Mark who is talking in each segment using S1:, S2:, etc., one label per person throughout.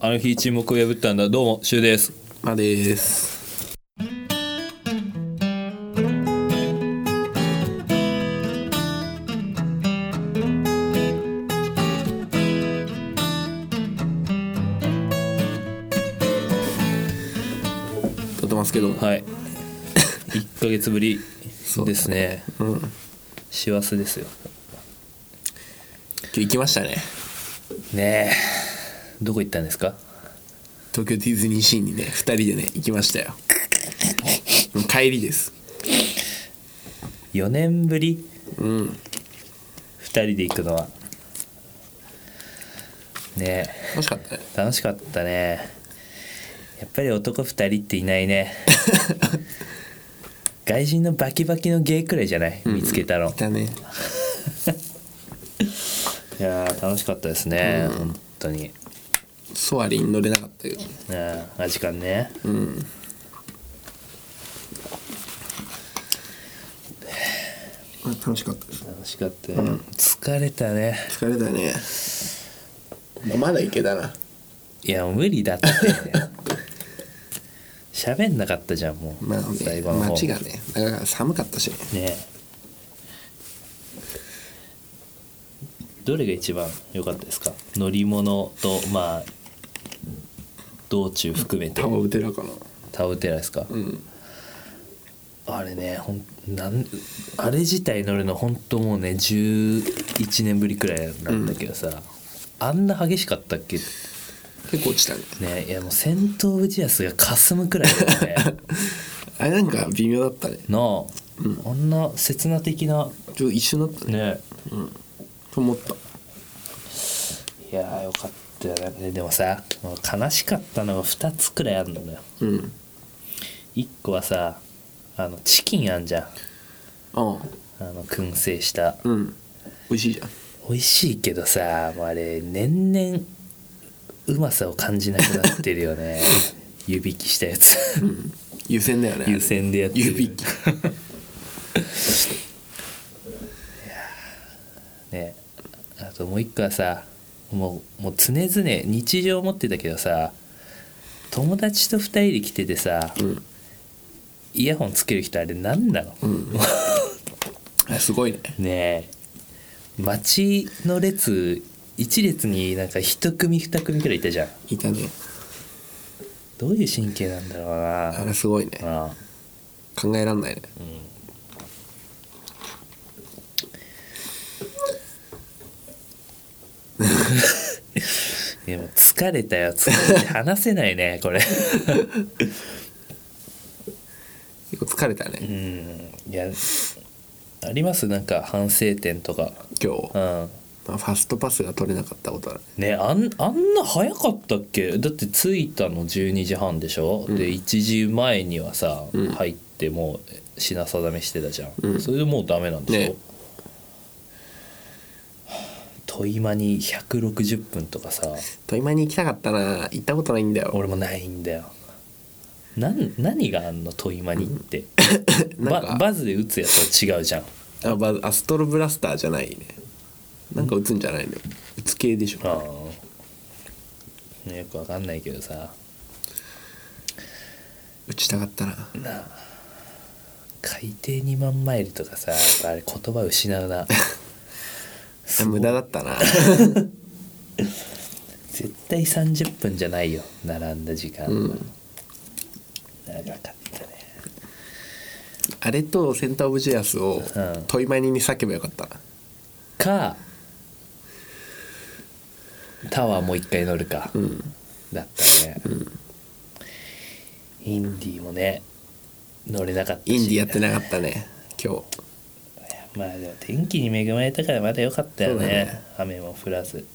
S1: あの日沈黙を破ったんだ。どうも、シュウです。
S2: まあです。撮ってますけど、
S1: はい。1ヶ月ぶり
S2: そう
S1: ですね。
S2: うん、今
S1: 師走ですよ。
S2: 日行きましたね。
S1: ねえ。どこ行ったんですか
S2: 東京ディズニーシーにね、二人でね、行きましたよ。もう帰りです。
S1: ?4 年ぶり
S2: うん。
S1: ?2 人で行くのは。ねえ。
S2: 楽しかったね。
S1: 楽しかったね。やっぱり男2人っていない ね。外人のバキバキのゲイくらいじゃない見つけたの。
S2: 来たね。
S1: いやー楽しかったですね。本当に。
S2: ソアリン乗れなかったけど。
S1: ああ時間ね
S2: うん。まあ楽しかったです。
S1: 楽しかったよ、疲れたね
S2: 疲れたね。まだいけたな。
S1: いや無理だ って喋んなかったじゃんもう、
S2: まあ、
S1: 最
S2: ね、
S1: 後の方
S2: 街がね、だから寒かったしね。
S1: ねえどれが一番良かったですか乗り物とまあ道中含めて
S2: タワーテラかな。
S1: タウテラですか、
S2: うん。
S1: あれねほんなんあれ自体乗るの本当もうね11年ぶりくらいなんだけどさ、あんな激しかったっけ
S2: 結構落ちたね。
S1: ねいやもう戦闘部ジアスが霞むくらいだよね
S2: あれなんか微妙だったね。
S1: なあ、あんな刹那的な
S2: ちょっと一瞬だったね。
S1: ね
S2: と思った。
S1: いやーよかったよねでもさもう悲しかったのが2つくらいあるのよ
S2: うん。
S1: 1個はさあのチキンあんじゃん
S2: ああ。
S1: あの燻製した
S2: うん。美味しいじゃん。
S1: 美味しいけどさもうあれ年々うまさを感じなくなってるよね湯引きしたやつ
S2: うん。湯煎だよね。あれ
S1: 湯煎でやってる
S2: 湯引き。
S1: ねあともう一個はさもうもう常々日常思ってたけどさ友達と2人で来ててさ、
S2: うん。
S1: イヤホンつける人あれ何なの、
S2: うん。 あれすごいね。
S1: ねえ街の列1列になんか1組2組くらいいたじゃん
S2: いたね。
S1: どういう神経なんだろうな
S2: あれすごいね。
S1: ああ
S2: 考えらんないね。
S1: いやもう疲れたよ疲れて話せないねこれ
S2: 結構疲れた
S1: う
S2: ね。
S1: んいやありますなんか反省点とか
S2: 今日。
S1: うん
S2: まあファストパスが取れなかったことあるね。
S1: ねあんあんな早かったっけだって着いたの12時半でしょ、で1時前にはさ、
S2: ん
S1: 入ってもう品定めしてたじゃん、
S2: うん
S1: それでもうダメなんでしょ、
S2: ね
S1: はあ問い間に160分とかさ
S2: 問い前に行きたかったな。行ったことないんだよ。
S1: 俺もないんだよなん何があんの問い間にって、
S2: なん
S1: バ
S2: か
S1: バズで打つやつは違うじゃん
S2: あバズアストロブラスターじゃないね。なんか打つんじゃないの。打つ系でしょ。
S1: ああねよくわかんないけどさ
S2: 打ちたかったな。
S1: 海底2万マイルとかさやっぱあれ言葉失う な
S2: 無駄だったな。
S1: 絶対30分じゃないよ並んだ時間、
S2: うん
S1: 長かった
S2: あれとセンターオブジェアスを
S1: うん
S2: 問い前に叫べばよかったな。
S1: ねかタワーもう一回乗るか、
S2: うん。
S1: だったね、インディもね乗れなかったし
S2: インディやってなかったね。今日。
S1: まあでも天気に恵まれたからまだ良かったよ
S2: そうだ
S1: ね
S2: ね
S1: 雨も降らず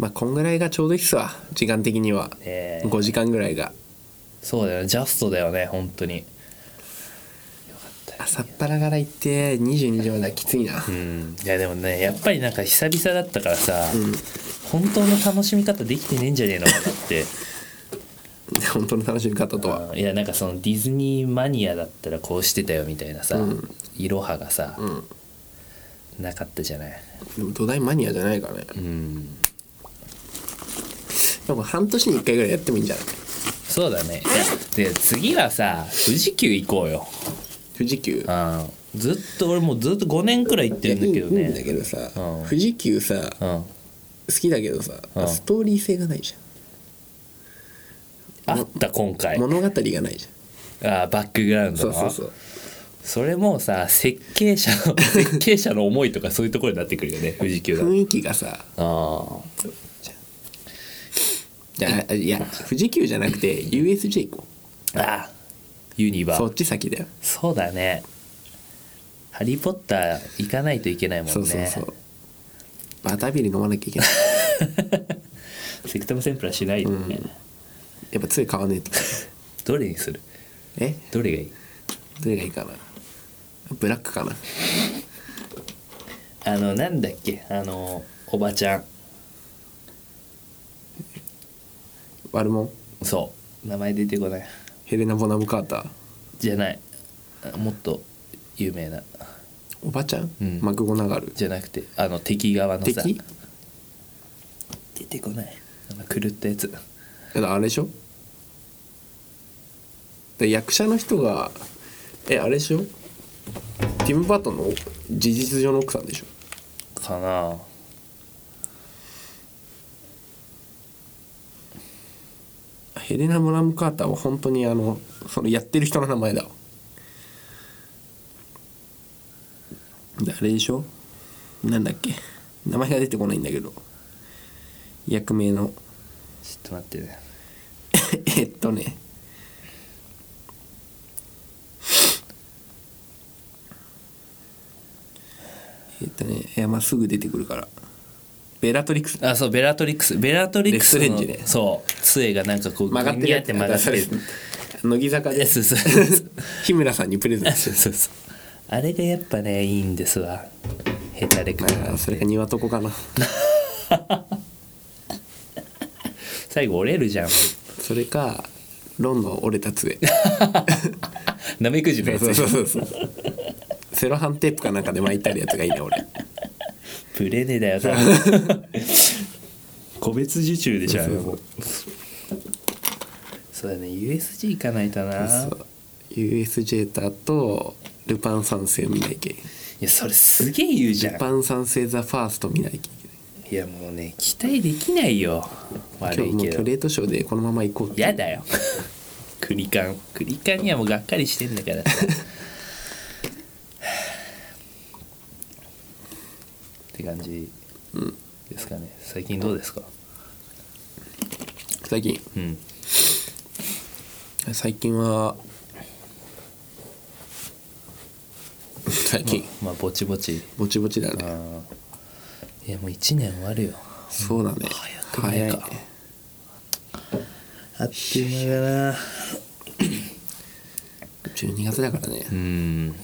S2: まあこんぐらいがちょうどいいっすわ。時間的には。
S1: ええ
S2: 5時間ぐらいが。
S1: そうだよねジャストだよね本当によかったよ
S2: 朝っぱらから行って22時まではきついな。
S1: うんいやでもねやっぱりなんか久々だったからさ、
S2: うん。
S1: 本当の楽しみ方できてねえんじゃねえのかなって
S2: 本当の楽しみ方とは。
S1: うんいやなんかそのディズニーマニアだったらこうしてたよみたいなさ、
S2: うん
S1: いろはがさ、
S2: うん。
S1: なかったじゃない
S2: でも土台マニアじゃないからね。
S1: うん
S2: でも半年に1回ぐらいやってもいいんじゃない
S1: そうだねで次はさ富士急行こうよ
S2: 富士急
S1: あーずっと俺もうずっと5年くらい行ってるんだけど
S2: いやいいんだ
S1: ね
S2: けどさ、
S1: うん
S2: 富士急さ
S1: う
S2: 好
S1: ん
S2: きだけどさ、
S1: うん
S2: ストーリー性がないじ
S1: あった今
S2: ゃ
S1: 回
S2: ん物語がないじゃん、
S1: あーバックグラウンド
S2: そ
S1: の
S2: うそうそう
S1: それもさ設計者の 設計者の思いとかそういうところになってくるよね富士急だと
S2: 雰囲気がさ
S1: あ
S2: じゃあいや富士急じゃなくて USJ 行こ
S1: ーあユニ
S2: う
S1: バ
S2: そ
S1: そ
S2: っち先だよ
S1: うだね「ハリー・ポッター」行かないといけないもんね
S2: そうそ うそうバタービール飲まなきゃいけない
S1: セクタムセンプラしないよね、
S2: やっぱ杖買わねえと
S1: どれにする
S2: え
S1: どれがいい
S2: どれがいいかなブラックかな
S1: あのなんだっけあのおばちゃん
S2: 悪もん
S1: そう名前出てこない
S2: ヘレナ・ボナム・カーター
S1: じゃないあもっと有名な
S2: おばちゃん、
S1: うん
S2: マクゴナガル
S1: じゃなくてあの敵側のさ
S2: 敵
S1: 出てこないあの狂ったやつ
S2: だからあれでしょだから役者の人がえあれでしょティム・バートンの事実上の奥さんでしょ
S1: かな
S2: ヘレナ・ボナム・カーターは本当にあのそのやってる人の名前だわであれでしょなんだっけ名前が出てこないんだけど役名
S1: ちょ
S2: の
S1: っと待ってね
S2: えっとねえっとねいやまあすぐ出てくるからベラトリックス
S1: あそうベラトリックスベラトリックス
S2: レ
S1: の
S2: スレンジね
S1: そう杖がなんかこう
S2: 曲がってる
S1: ニャって曲がってる
S2: 乃木坂で
S1: えそうそうそうそう
S2: 日村さんにプレゼン ト
S1: そうそうそうあれがやっぱねいいんですわへたれくな
S2: まあそれか庭床かな
S1: 最後折れるじゃん
S2: それかロンの折れ た杖
S1: なめくじのやつ
S2: そうそうそうそうセロハンテープかなんかで巻いてあるやつがいいな俺
S1: ブレねえだよ多 分個別受注でしょあれもそうだね USG 行かないとな
S2: そう USJ とあとルパン三世見ないけ
S1: いやそれすげえ言うじゃ
S2: ル
S1: ん
S2: パン三世ザファースト見ないけ
S1: いやもうね期待できないよ悪
S2: 今日
S1: い
S2: もう
S1: け
S2: キョ
S1: ど
S2: レートショーでこのまま行こうって
S1: やだよクリカンクリカンにはもうがっかりしてんだからさって感じですかね最近どうですか
S2: 最近
S1: うん
S2: 最近は最近
S1: まあぼちぼち
S2: ぼちぼちだね
S1: あーいやもう1年終わるよ
S2: そうだね
S1: 早くねえかあっという間だな
S2: 12月だからね
S1: うん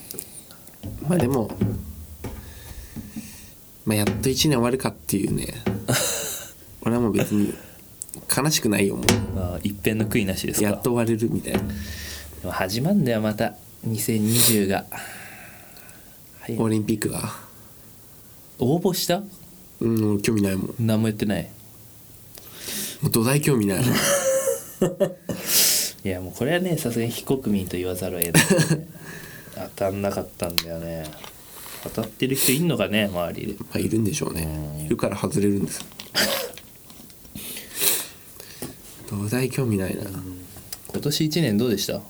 S2: まあでもまあやっと1年終わるかっていう ね俺はもう別に悲しくないよもう
S1: まあ一遍の悔いなしですか
S2: やっと終われるみたいな
S1: でも始まんだよまた2020がはい
S2: オリンピックが
S1: 応募した
S2: うん俺興味ないもんも
S1: 何も言ってないう
S2: 土台興味ない
S1: いやもうこれはねさすがに非国民と言わざるを得 ないね、当たんなかったんだよね当たってる人いんのかね周りで
S2: まあいるんでしょうねいるから外れるんです土台興味ないな
S1: 今年1年どうでしたあ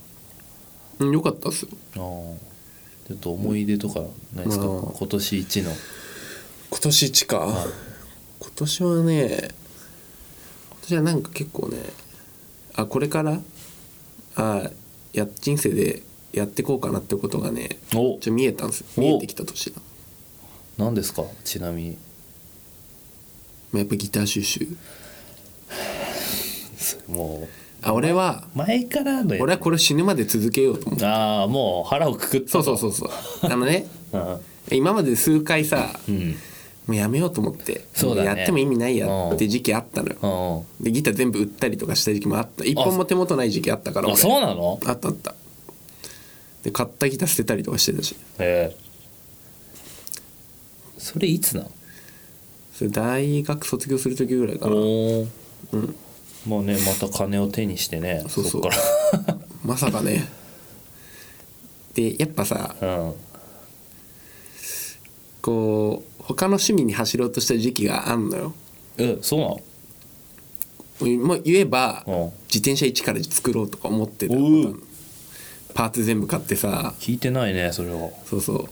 S2: うんよかったっすよ
S1: あちょっと思い出とかないですか、
S2: うん
S1: 今年一の
S2: 今年1か、今年はね今年はなんか結構ねあこれからあや人生でやってこうかなってことがね
S1: お
S2: ちょ見えたんですよ
S1: お
S2: 見えてきた年だ、
S1: 何ですかちなみに
S2: まあ、やっぱギター収集
S1: も
S2: あ俺は
S1: う前からのやつ
S2: 俺はこれ死ぬまで続けようと思う
S1: ああもう腹をくくった
S2: そうそうそうそうあのね
S1: うん
S2: 今まで数回さ
S1: うん
S2: もうやめようと思って
S1: そうだね
S2: もやっても意味ないやって時期あったのよ
S1: うん
S2: でギター全部売ったりとかした時期もあった一本も手元ない時期あったから
S1: あ
S2: 俺
S1: そうなの
S2: あったあったで買ったギター捨てたりとかしてたし
S1: ええそれいつなの
S2: それ大学卒業する時ぐらいかな
S1: おーまあねまた金を手にしてねそ
S2: そ
S1: う
S2: そう
S1: っか
S2: まさかねでやっぱさ
S1: ら うん
S2: こう他の趣味に走ろうとした時期があんのよ
S1: えそうなの
S2: もう言えば
S1: うん
S2: 自転車一から作ろうとか思ってた
S1: おう
S2: パーツ全部買ってさ
S1: 聞いてないねそれは
S2: そうそう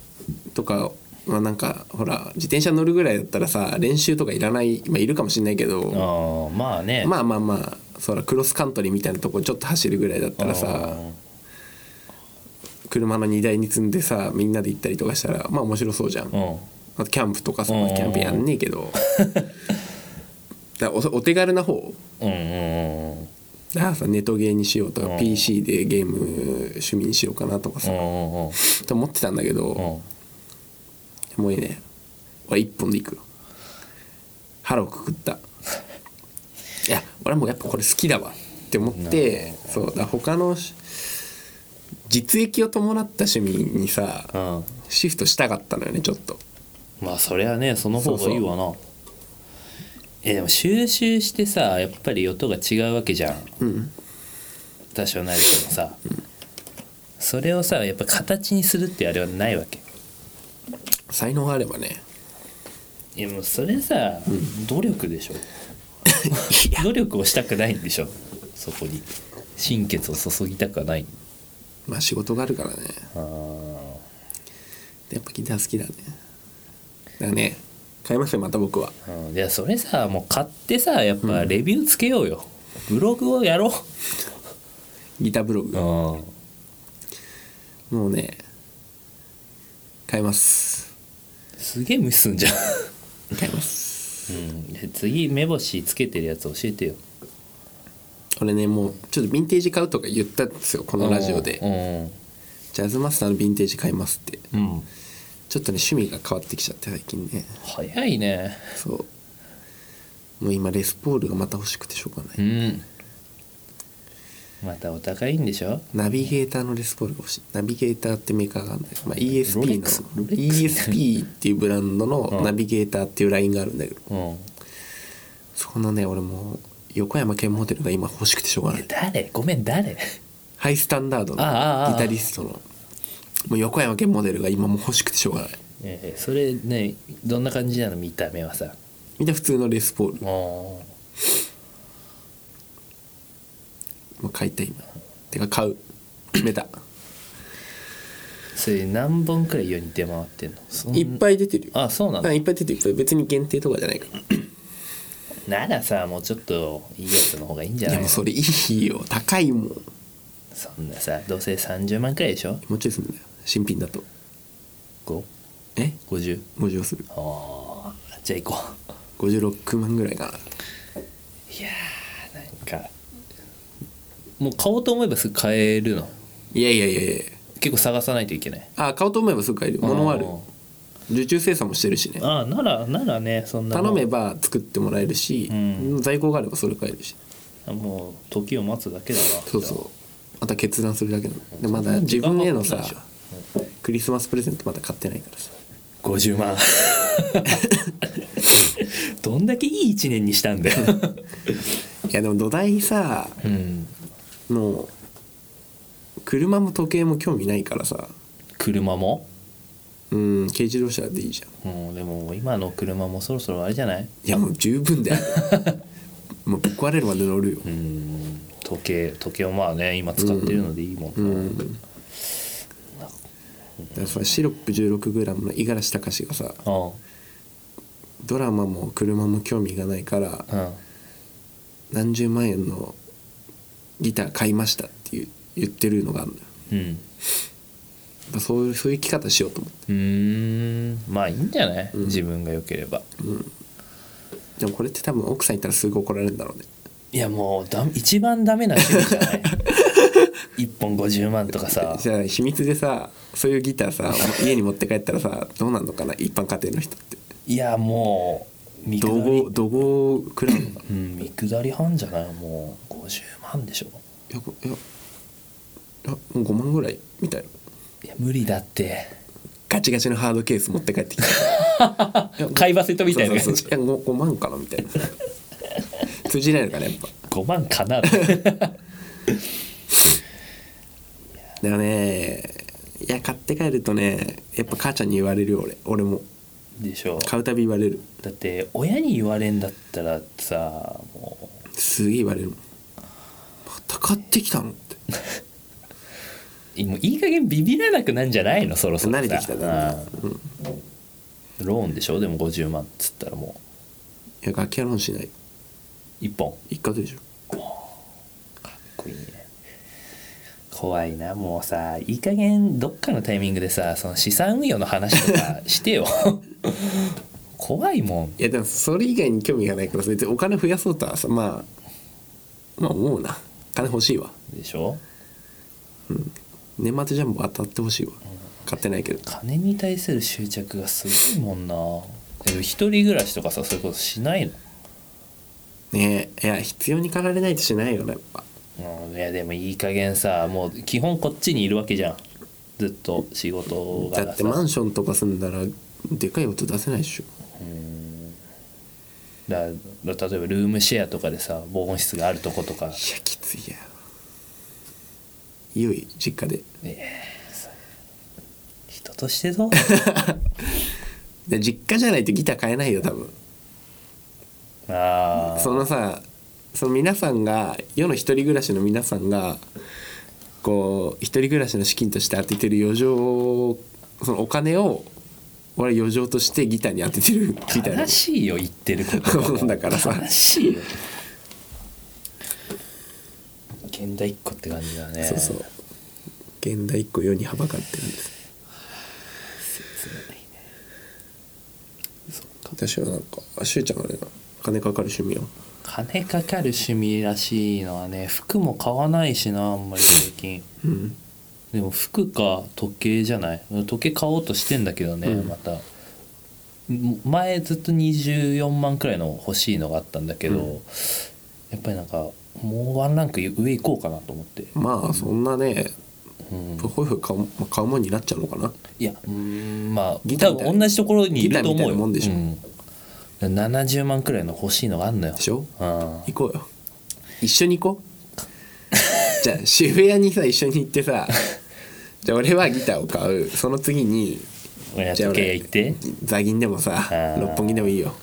S2: とかまあなんかほら自転車乗るぐらいだったらさ練習とかいらないまあいるかもしれないけど
S1: ああまあね
S2: まあまあまあそらクロスカントリーみたいなとこちょっと走るぐらいだったらさ車の荷台に積んでさみんなで行ったりとかしたらまあ面白そうじゃん
S1: うんうん
S2: あとキャンプとかさ、
S1: うん
S2: キャンプやんねえけどだからおお手軽な方
S1: うんうんうん
S2: だからさネトゲーにしようとか、
S1: うん
S2: PC でゲーム趣味にしようかなとか
S1: う
S2: さ、
S1: んうんうん
S2: と思ってたんだけど、
S1: うん
S2: もういいね俺一本で行くよ腹をくくったいや俺もうやっぱこれ好きだわって思ってそうだから他のし実益を伴った趣味にさ
S1: うん
S2: シフトしたかったのよねちょっと
S1: まあそりゃねその方がいいわなえでも収集してさやっぱり音が違うわけじゃん
S2: うん
S1: 多少なりともさ、それをさやっぱ形にするってあれはないわけ
S2: 才能があればね
S1: いやもうそれさ、努力でしょ努力をしたくないんでしょそこに心血を注ぎたくはない
S2: まあ仕事があるからね
S1: あ
S2: やっぱギター好きだねだからね買いますよまた僕は
S1: あいやそれさもう買ってさやっぱレビューつけようよ、ブログをやろ
S2: ギターブログ
S1: う、うん、
S2: もうね買います
S1: すげえ無視すんじゃん、
S2: 買います
S1: うんで、次目星つけてるやつ教えてよ
S2: 俺ねもうちょっとヴィンテージ買うとか言ったんですよこのラジオでジャズマスターのヴィンテージ買いますって
S1: うん、うんうん、
S2: ちょっとね趣味が変わってきちゃって最近ね
S1: 早いね
S2: そうもう今レスポールがまた欲しくてしょうがない、
S1: うんまたお高いんでしょ
S2: ナビゲーターのレスポールが欲しいナビゲーターってメーカーがあるんだけど、まあ、ESP の
S1: ロレックスロレックス
S2: ESP っていうブランド
S1: う
S2: の
S1: ん
S2: ナビゲーターっていうラインがあるんだけど
S1: うん
S2: そこのね俺もう横山健ホテルが今欲しくてしょうがない
S1: 誰ごめん 誰
S2: ハイスタンダードの
S1: ああああ
S2: ギタリストのもう横山健モデルが今もう欲しくてしょうがない
S1: ええそれねどんな感じなの見た目はさ
S2: みんな普通のレスポール
S1: も
S2: もう買いたい今てか 買うメタ
S1: うそれ何本くらい世に出回ってんのそん
S2: いっぱい出てるよ
S1: あそうな
S2: うん
S1: の
S2: いっぱい出てるいっぱい別に限定とかじゃないか
S1: な
S2: ら
S1: らさもうちょっといいやつの方がいいんじゃ
S2: い
S1: な
S2: や
S1: い
S2: も
S1: の
S2: う
S1: そ
S2: それいいよ高いもん
S1: んなさどうせ30万くらいでしょ
S2: もうちょいするんだよ新品だとえ
S1: 550?
S2: 50する
S1: ああじゃあ行こう
S2: 56万ぐらいかない
S1: やーなんかもう買おうと思えばすぐ買えるの
S2: いやいやいやいや
S1: 結構探さないといけない
S2: あ買おうと思えばすぐ買える物はある
S1: あー
S2: 受注生産もしてるしね
S1: ああならならねそんなも
S2: 頼
S1: ん
S2: めば作ってもらえるし、
S1: うん
S2: 在庫があればそれ買えるし
S1: もう時を待つだけだな
S2: そう
S1: じゃ
S2: そうあとは決断するだけなのでまだ自分へのさ
S1: 時間かか
S2: クリスマスプレゼントまだ買ってないからさ
S1: あ50万 どんだけいい1年にしたんだよ
S2: いやでも土台さ
S1: うん
S2: もう車も時計も興味ないからさ
S1: 車も
S2: うん軽自動車でいいじゃん
S1: うんでも今の車もそろそろあれじゃない
S2: いやもう十分だよもうぶっ壊れるまで乗るよ
S1: うん時計時計をまあね今使ってるのでいいもんな、
S2: うんだからさシロップ 16g の五十嵐隆がさ
S1: あ
S2: ドラマも車も興味がないから
S1: あうん
S2: 何十万円のギター買いましたっていう言ってるのがあるのよ
S1: うん
S2: やっぱそういうそういう生き方しようと思っ
S1: う
S2: て
S1: ーんまあいいんじゃない、自分が良ければ
S2: でもこれって多分奥さんいたらすぐ怒られるんだろうね
S1: いやもうだ一番ダメな趣味じゃ ない一本50万とかさ
S2: じゃあ秘密でさそういうギターさ家に持って帰ったらさどうなんのかな一般家庭の人って
S1: いやもう見下
S2: 怒
S1: り
S2: 号怒号食らうのかな
S1: うん見下り半じゃないもう50万でしょ
S2: いやこいやいやもう5万ぐらいみたいない
S1: や無理だって
S2: ガチガチのハードケース持って 帰ってきたいや
S1: 買い忘れたみたいな
S2: そう
S1: 感
S2: そ
S1: じ
S2: うそういや 5, 万かなみたいな通じないのかなやっぱ
S1: 5万かなって
S2: からねいや買って帰るとねやっぱ母ちゃんに言われるよ俺俺も
S1: でしょ
S2: 買うたび言われる
S1: だって親に言われんだったらさも
S2: すげえ言われるもんまた買ってきたのって
S1: うもういい加減ビビらなくなんじゃないのそろそろさ
S2: 慣れてきた
S1: うん
S2: だんだんうんい
S1: ローンでしょでも50万っつったらも
S2: や楽器はローンしないう
S1: 1本
S2: 一括でしょ
S1: かっこいいね怖いなもうさいい加減どっかのタイミングでさその資産運用の話とかしてよ 怖いもん
S2: いやでもそれ以外に興味がないから別にお金増やそうとはさまあまあ思うな金欲しいわ
S1: でしょ
S2: 年末ジャンボ当たってほしいわ買ってないけど
S1: 金に対する執着がすごいもんなでも一人暮らしとかさそういうことしない
S2: ねえいや必要に駆られないとしないよねやっぱ
S1: の、うん、いやでもいい加減さもう基本こっちにいるわけじゃんずっと仕事が
S2: だってマンションとか住んだらでかい音出せないでしょ
S1: だだ例えばルームシェアとかでさ防音室があるとことか
S2: いやきついやいよいよ実家で
S1: 人として ぞ
S2: で実家じゃないとギター買えないよ多分
S1: ああ
S2: そのさその皆さんが世の一人暮らしの皆さんがこう一人暮らしの資金として当ててる余剰をそのお金を俺は余剰としてギターに当ててるみたいな
S1: 悲しいよ言ってることが
S2: だからさ
S1: 悲しいよ現代っ子って感じだね
S2: そうそう現代一個世にはばかってるんです
S1: 切ないね
S2: 私はなんかあしゅうちゃんあれな金かかる趣味を
S1: 金かかる趣味らしいのはね服も買わないしなあんまり最近
S2: うん
S1: でも服か時計じゃない時計買おうとしてんだけどね、
S2: うん
S1: またん前ずっと24万くらいの欲しいのがあったんだけど、
S2: うん
S1: やっぱりなんかもうワンランク上行こうかなと思って、
S2: まあそんなね
S1: うん
S2: ホイホイ買うまあ買うもんになっちゃうのかない
S1: やうーんまあ
S2: ギター
S1: 多
S2: みたいな
S1: 分同じところにいると思う
S2: ギターみたい
S1: よ
S2: なもんでしょ
S1: うん、70万くらいの欲しいのがあんのよ
S2: でしょ
S1: うん
S2: 行こうよ一緒に行こうじゃ あ渋谷にさ一緒に行ってさじゃあ俺はギターを買うその次に
S1: 俺は
S2: じゃあ
S1: 時計屋
S2: 俺
S1: 行って
S2: 座銀でもさ
S1: ー
S2: 六本木でもいいよ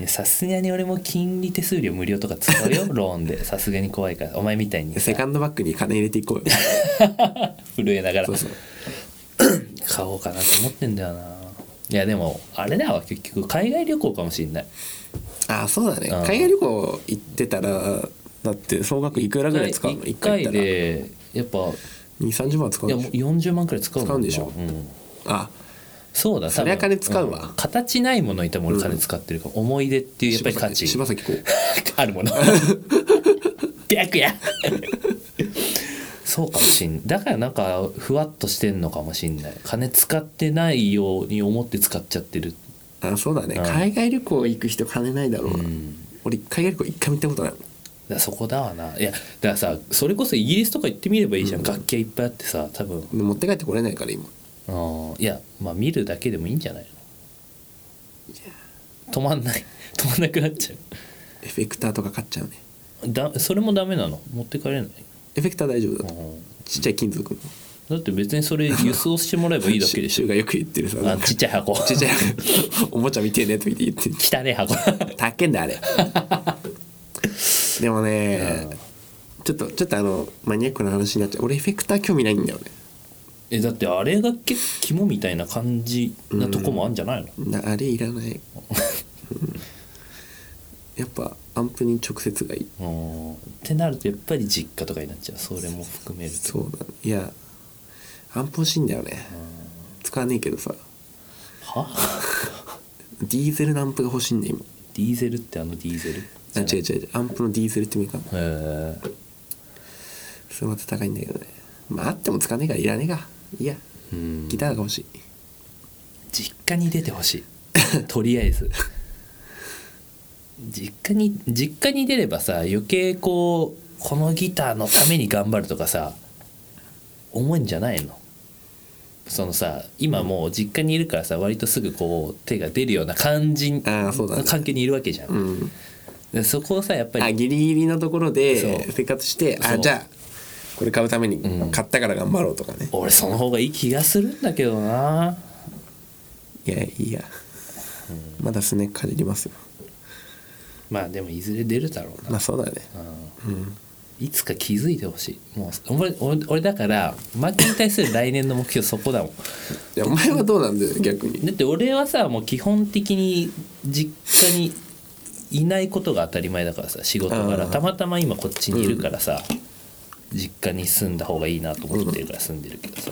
S1: いやさすがに俺も金利手数料無料とか使う よローンでさすがに怖いからお前みたいにさ
S2: セカンドバッグに金入れていこ うよ
S1: 震えながら
S2: そうそう
S1: 買おうかなと思ってんだよないやでもあれだわ結局海外旅行かもしんない
S2: ああそうだね
S1: うん
S2: 海外旅行行ってたらだって総額いくらぐらい使うの
S1: 1
S2: 一回
S1: 回
S2: 行ったら
S1: でやっぱ
S2: 2三3 0万使う
S1: いや
S2: で
S1: も
S2: し
S1: う
S2: ょ
S1: 40万くらい使うもんな
S2: 使うんでしょ
S1: ん
S2: あ
S1: そうだ
S2: そりゃ
S1: 多分
S2: 金使うわ
S1: ん形ないものに多分俺金使ってるから、思い出っていうやっぱり価値
S2: 柴崎こう
S1: あるもの 白やそうかもしんだからなんかふわっとしてんのかもしんない金使ってないように思って使っちゃってる
S2: あそうだね
S1: うん
S2: 海外旅行行く人金ないだろう
S1: う
S2: なん俺海外旅行一回も行ったことないもん
S1: だからそこだわないやだからさそれこそイギリスとか行ってみればいいじゃん、楽器屋いっぱいあってさ多分
S2: で持って帰ってこれないから今
S1: うんいやまあ見るだけでもいいんじゃないの止まんない 止まんなくなっちゃ
S2: エフェクターとか買っちゃうね
S1: うだそれもダメなの持ってかれない、
S2: エフェクター大丈夫
S1: う
S2: だと
S1: ん
S2: ちっちゃい金属の
S1: だって別にそれ輸送してもらえばいいだけでし
S2: シュウがよく言ってるさ
S1: ょ
S2: な
S1: あ
S2: んか
S1: ちっちゃい箱
S2: ちっちゃいおもちゃみてえなやつ見て言ってる
S1: 汚い箱
S2: たっけんだあれでもねちょっとちょっとあのマニアックな話になっちゃう俺エフェクター興味ないんだよね
S1: えだってあれが結構肝みたいな感じなとこもあんじゃないの、
S2: なあれいらないうんやっぱアンプに直接がいい
S1: うんってなるとやっぱり実家とかになっちゃうそれも含めると
S2: そうだねいやアンプ欲しいんだよね使わねえけどさ
S1: は
S2: ディーゼルのアンプが欲しいんだよ今
S1: ディーゼルってあのディーゼル
S2: あ違う違う違うアンプのディーゼルってメーカーも
S1: へえ
S2: それまた高いんだけどねまああっても使わねえからいらねえかいいや
S1: うん
S2: ギターが欲しい
S1: 実家に出てほし いとりあえず実家に実家に出ればさ余計こうこのギターのために頑張るとかさ思うんじゃないのそのさ今もう実家にいるからさ割とすぐこう手が出るような感じ
S2: あーそうだね
S1: の関係にいるわけじゃん、
S2: うん
S1: でそこをさやっぱ
S2: あ
S1: り
S2: ギリギリのところ
S1: そ
S2: で
S1: う
S2: 生活して
S1: そ
S2: あ
S1: う
S2: じゃあこれ買うため
S1: うん
S2: に買ったから頑張ろうとかね、
S1: 俺その方がいい気がするんだけどない
S2: やいいや、まだすねかじりますよ
S1: まあでもいずれ出るだろうな、
S2: まあそうだねうん
S1: いつか気づいてほしいもう俺俺俺だからマーケに対する来年の目標そこだもん
S2: いやお前はどうなんだよ逆に
S1: だって俺はさもう基本的に実家にいないことが当たり前だからさ仕事から
S2: あー
S1: たまたま今こっちにいるからさ、実家に住んだ方がいいなと思ってるから住んでるけどさ、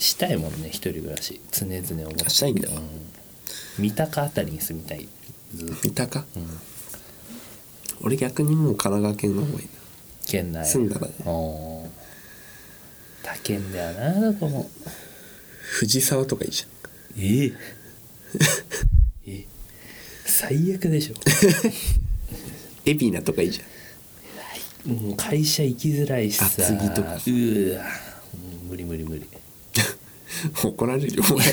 S1: したいもんね一人暮らし常々思って
S2: したいんだ
S1: うん三鷹あたりに住みたいずっと
S2: 三鷹、
S1: ん
S2: 俺逆にもう神奈川県の方がいい
S1: 県内
S2: な住んだらね
S1: おー他県だよなどこも
S2: 藤沢とかいいじゃ
S1: ええ え最悪でしょ
S2: ん海老名とかいいじゃん
S1: もう会社行きづらいしさ
S2: 厚木と
S1: う
S2: か
S1: わうん無理無理無理
S2: 怒られるよお前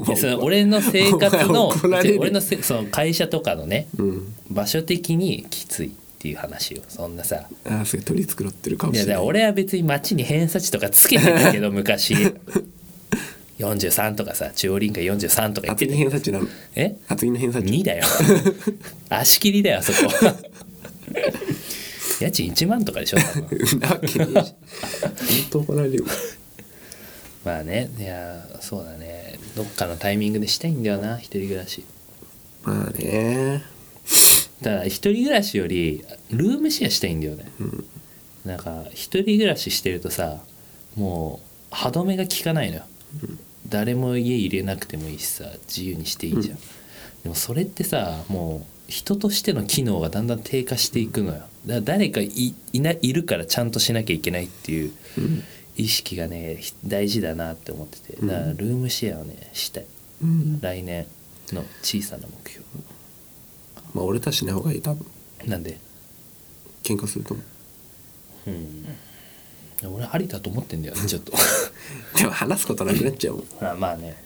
S1: い
S2: 前
S1: やその俺の生活の
S2: お前怒られる
S1: 俺のせその会社とかのね
S2: うん
S1: 場所的にきついっていう話よそんなさ
S2: ああそれ取り繕ってるかも
S1: い
S2: し
S1: や
S2: れ
S1: だ
S2: ない
S1: から俺は別に町に偏差値とかつけてたけど 昔43とかさ中央林間43とか言って
S2: 厚木
S1: た
S2: の偏差値なの
S1: え
S2: 厚木の偏差値
S1: 2だよ足切りだよあそこ 家賃1万とかでしょ多分
S2: なわけねえじゃん本当怒られるよ
S1: まあねいやそうだねどっかのタイミングでしたいんだよな一人暮らし
S2: まあね
S1: ただ一人暮らしよりルームシェアしたいんだよね、なんか一人暮らししてるとさもう歯止めが効かないのよ、誰も家入れなくてもいいしさ自由にしていいじゃん、でもそれってさもう人としての機能がだんだん低下していくのよだから誰かいいないるからちゃんとしなきゃいけないっていう
S2: うん
S1: 意識がねひ大事だなって思っててだからルームシェアをねしたい
S2: うん
S1: 来年の小さな目標
S2: まあ俺たちの方がいい多分
S1: なんで
S2: 喧嘩すると思
S1: うん俺ありだと思ってんだよねちょっと
S2: うでも話すことなくなっちゃうもん
S1: まあまあね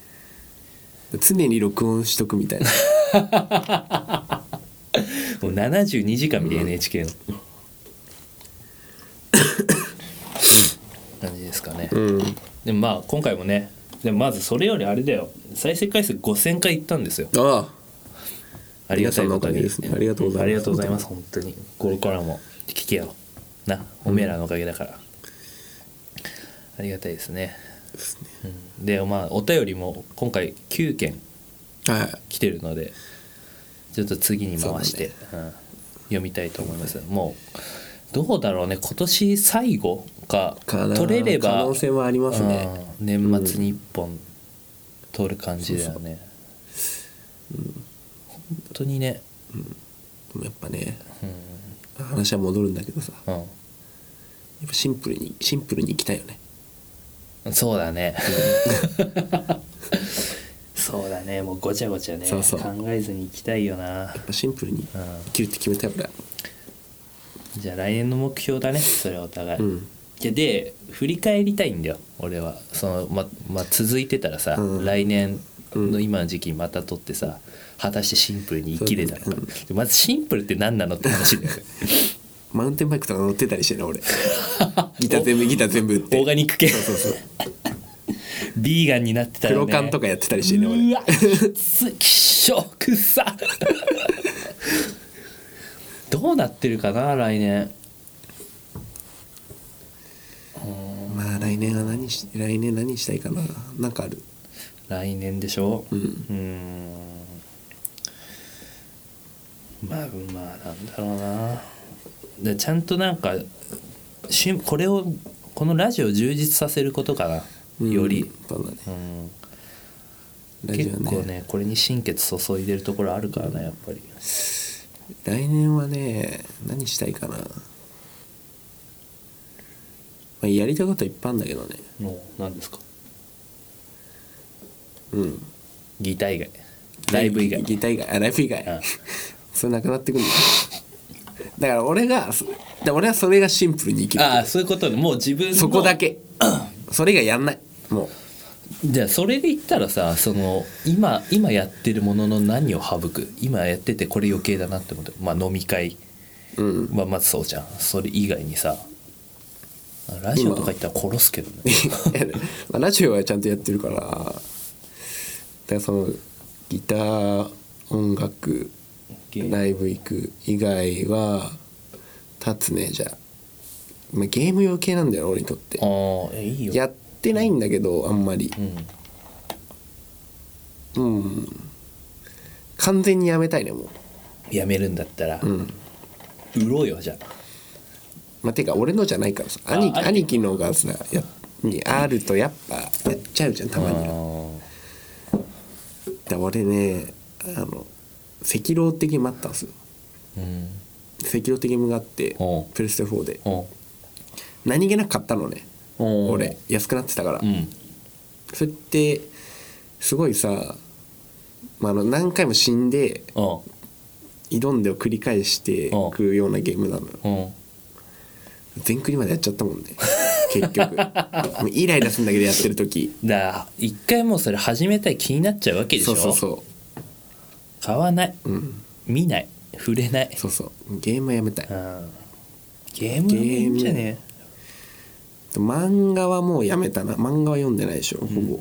S2: 常に録音しとくみたいな
S1: もう72時間見て NHK の、感じですかね、
S2: うん
S1: でもまあ今回もねでもまずそれよりあれだよ再生回数5000回いったんですよ
S2: ああ
S1: ありがたいこと
S2: 皆さんのおかげ
S1: に
S2: ですねありがとうございます
S1: ありがとうございます本当にこれからも聞けよなおめえらのおかげだから、ありがたいですね
S2: ですね
S1: うんでまあお便りも今回9件
S2: はい
S1: 来てるのでちょっと次に回して、うん読みたいと思いますもうどうだろうね今年最後か
S2: かな
S1: 取れれば
S2: 可能性もありますね
S1: うん年末に1本取る感じだよね、本当にね
S2: でもやっぱね
S1: うん
S2: 話は戻るんだけどさや
S1: う
S2: っぱシンプルにシンプルにいきたいよね
S1: ん、そうだね そうだねもうごちゃごちゃね
S2: そうそう
S1: 考えずに行きたいよな
S2: やっぱシンプルに生きるって決めたよ俺は
S1: じゃあ来年の目標だねそれお互い、
S2: うん
S1: いやで振り返りたいんだよ俺はそのままあ続いてたらさ、
S2: うん
S1: 来年の今の時期にまた取ってさ果たしてシンプルに生きれたのか、でまずシンプルって何なのって話だよ ね
S2: マウンテンバイクとか乗ってたりしてね俺ギター全部ギター全部売っ
S1: オー
S2: て
S1: ガニック系
S2: そうそうそう
S1: ビーガンになってたら、ね、
S2: 黒缶とかやってたりしてね俺
S1: うわきついきっしょく さどうなってるかな来年
S2: まあ来年は何し来年何したいかななんかある
S1: 来年でしょ
S2: うん
S1: ーんまあまあなんだろうなでちゃんとなんかしこれをこのラジオを充実させることかなより、
S2: そうだね
S1: うん
S2: ラジ
S1: 結
S2: オ
S1: 構
S2: ね
S1: ねこれに心血注いでるところあるからなやっぱり
S2: 来年はね何したいかな、まあ、やりたいこといっぱいあるんだけどね
S1: の何ですか
S2: うん
S1: ギター以外ライブ以外
S2: ギター以外あライブ以
S1: うん
S2: 外 それなくなってくるんだから俺がそだから俺はそれがシンプルに生きる
S1: ああそういうことねもう自分の
S2: そこだけそれ以外やんないもう
S1: じゃあそれで言ったらさその今今やってるものの何を省く今やっててこれ余計だなって思ってまあ飲み会
S2: うん
S1: はまずそうじゃんそれ以外にさラジオとか言ったら殺すけどね
S2: いやまあラジオはちゃんとやってるからだからそのギター音楽
S1: ゲーム
S2: ライブ行く以外は立つねじゃあ、まあ、ゲーム余計なんだよ俺にとって
S1: ああいいよ
S2: やってないんだけどあんまり
S1: うん
S2: うん完全にやめたいねも
S1: やめるんだったら、
S2: ううん
S1: 売ろうよじゃあ
S2: まあてか俺のじゃないからさ
S1: あ
S2: 兄貴
S1: 兄貴
S2: 兄貴のがさやにあるとやっぱやっちゃうじゃんたまには
S1: あ
S2: だ俺ねあの赤老的もあったんですよ
S1: ーうん
S2: 赤老的もがあって
S1: おう
S2: プレステ4で
S1: おう
S2: 何気なく買ったのね
S1: おう
S2: 俺安くなってたから、
S1: うん
S2: それってすごいさ、まあ、あの何回も死んで
S1: おう
S2: 挑んでを繰り返していくようなゲームなのよ
S1: おう
S2: 全クリまでやっちゃった もんね結局もうイライラするんだけどやってる時
S1: だから一回もうそれ始めたい気になっちゃうわけでし
S2: そ
S1: ょ
S2: うそうそ
S1: 買わないう
S2: うん
S1: 見ない触れない
S2: そうそうゲームはやめたい
S1: うんゲームはいいんじゃね
S2: 漫画はもうやめたな漫画は読んでないでしょほぼ、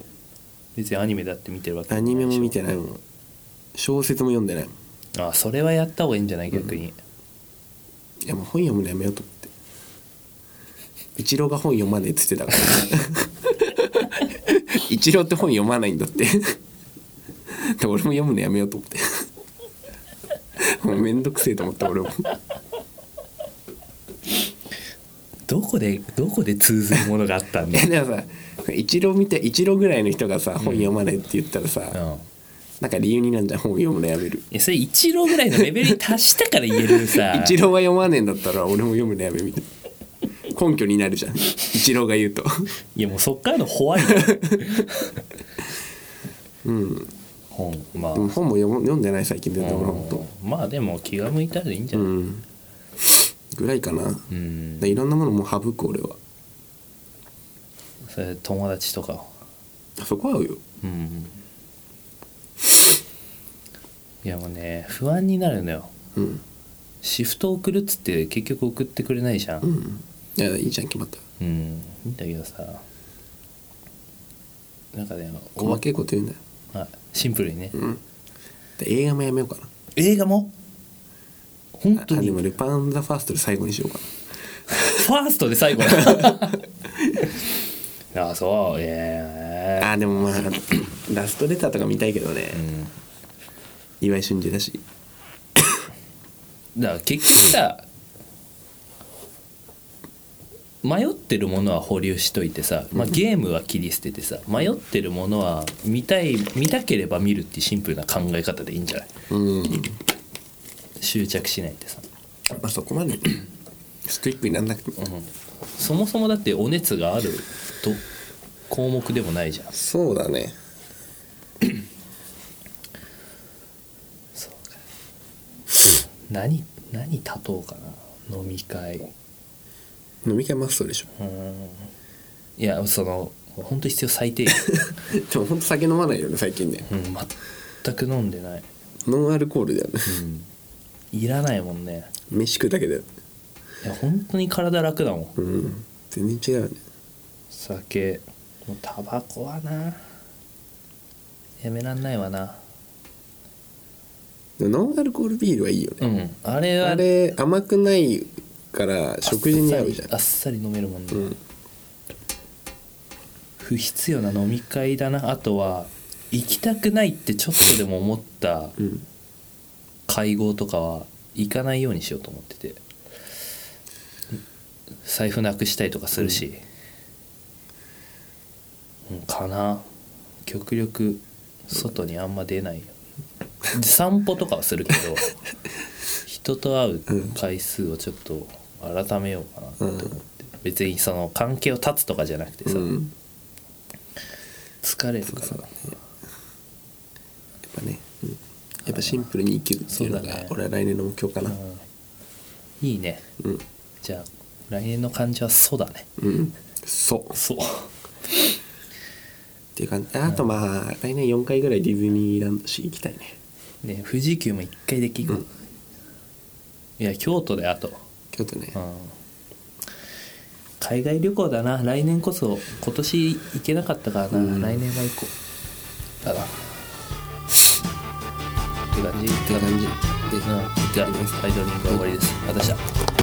S1: 別にアニメだって見てるわけ
S2: アニメも見て
S1: る
S2: ないもん小説も読んでないもん
S1: あそれはやった方がいいんじゃない逆に、
S2: いやもう本読むのやめようと思って一郎が本読まねえっつってたから 一郎って本読まないんだってで俺も読むのやめようと思ってもうめんどくせえと思った俺も
S1: どこでどこで通ずるものがあったん
S2: い
S1: だ
S2: やでもさ一郎見て一郎ぐらいの人がさ本読まないって言ったらさ、
S1: うん
S2: なんか理由になんじゃん本読むのやめる
S1: いやそれ一郎ぐらいのレベルに達したから言えるさ
S2: 一郎は読まねえんだったら俺も読むのやめみたいな根拠になるじゃん一郎が言うと
S1: いやもうそっからのホワイト
S2: うん
S1: 本まあ、
S2: でも本も読む読んでない最近全然俺
S1: う
S2: ほんと
S1: んまあでも気が向いたらでいいんじゃ
S2: う
S1: ない、うん
S2: んぐらいかな、でいろんなものもう省く俺は
S1: それ友達とか
S2: あそこは合うよ
S1: うんいやもうね不安になるのよ
S2: うん
S1: シフト送るっつって結局送ってくれないじゃん
S2: うんいやいいじゃん決まった
S1: うん、いいんだけどさなんかねお
S2: 細けいこと言うんだよ、
S1: はいシンプルにね、
S2: うん、で映画もやめようかな
S1: 映画も本当
S2: あ
S1: に
S2: で
S1: フ
S2: も「ルパン・ザ・ファースト」で最後にしようか
S1: ァーストで最後だ あそうええ
S2: なあでもまあ ラストレターとか見たいけどね、岩井俊二だし
S1: だから結局さ迷ってるものは保留しといてさ、まあ、ゲームは切り捨ててさ迷ってるものは見たい見たければ見るっていうシンプルな考え方でいいんじゃない
S2: うん
S1: 執着しないってさ、
S2: まあそこまで ストイックになんなくても
S1: うん、そもそもだってお熱があると項目でもないじゃん
S2: そうだね
S1: そうか何何立とうかな飲み会
S2: 飲み会マストでしょ
S1: うんいやその本当必要最 低限、
S2: でもほんと酒飲まないよね最近ね
S1: うん、全く飲んでない
S2: ノンアルコールだよね
S1: うんいらないもんね
S2: 飯食うだけだよ
S1: いや本当に体楽だもん
S2: うん全然違うよね
S1: 酒もうタバコはなやめらんないわな
S2: でもノンアルコールビールはいいよね、
S1: うんあれは
S2: あれ甘くないから食事に合うじゃん
S1: あっさり飲めるもんね、
S2: うん
S1: 不必要な飲み会だなあとは行きたくないってちょっとでも思った
S2: うん
S1: 会合とかは行かないようにしようと思ってて財布なくしたりとかするし、うん、かな極力外にあんま出ないように散歩とかはするけ ど人と会う回数をちょっと改めようかなと思って、別にその関係を断つとかじゃなくてさ、
S2: うん
S1: 疲れるから
S2: そうだねやっぱね、うんやっぱシンプルに生きるっていうの
S1: そう
S2: が
S1: だね
S2: 俺は来年の目標かな
S1: うんいいね
S2: うん
S1: じゃあ来年の感じは「そ」だね
S2: うんそう
S1: そう
S2: っっていう感じあとまあ来年4回ぐらいディズニーランドし行きたいね
S1: で富士急も一回できる、
S2: うん
S1: いや京都であと、
S2: 京都ね
S1: うん、海外旅行だな来年こそ今年行けなかったからな、
S2: うん
S1: 来年は行こうだなって感じ
S2: って感じで
S1: うん、じゃあアイドリングは終わりです私だ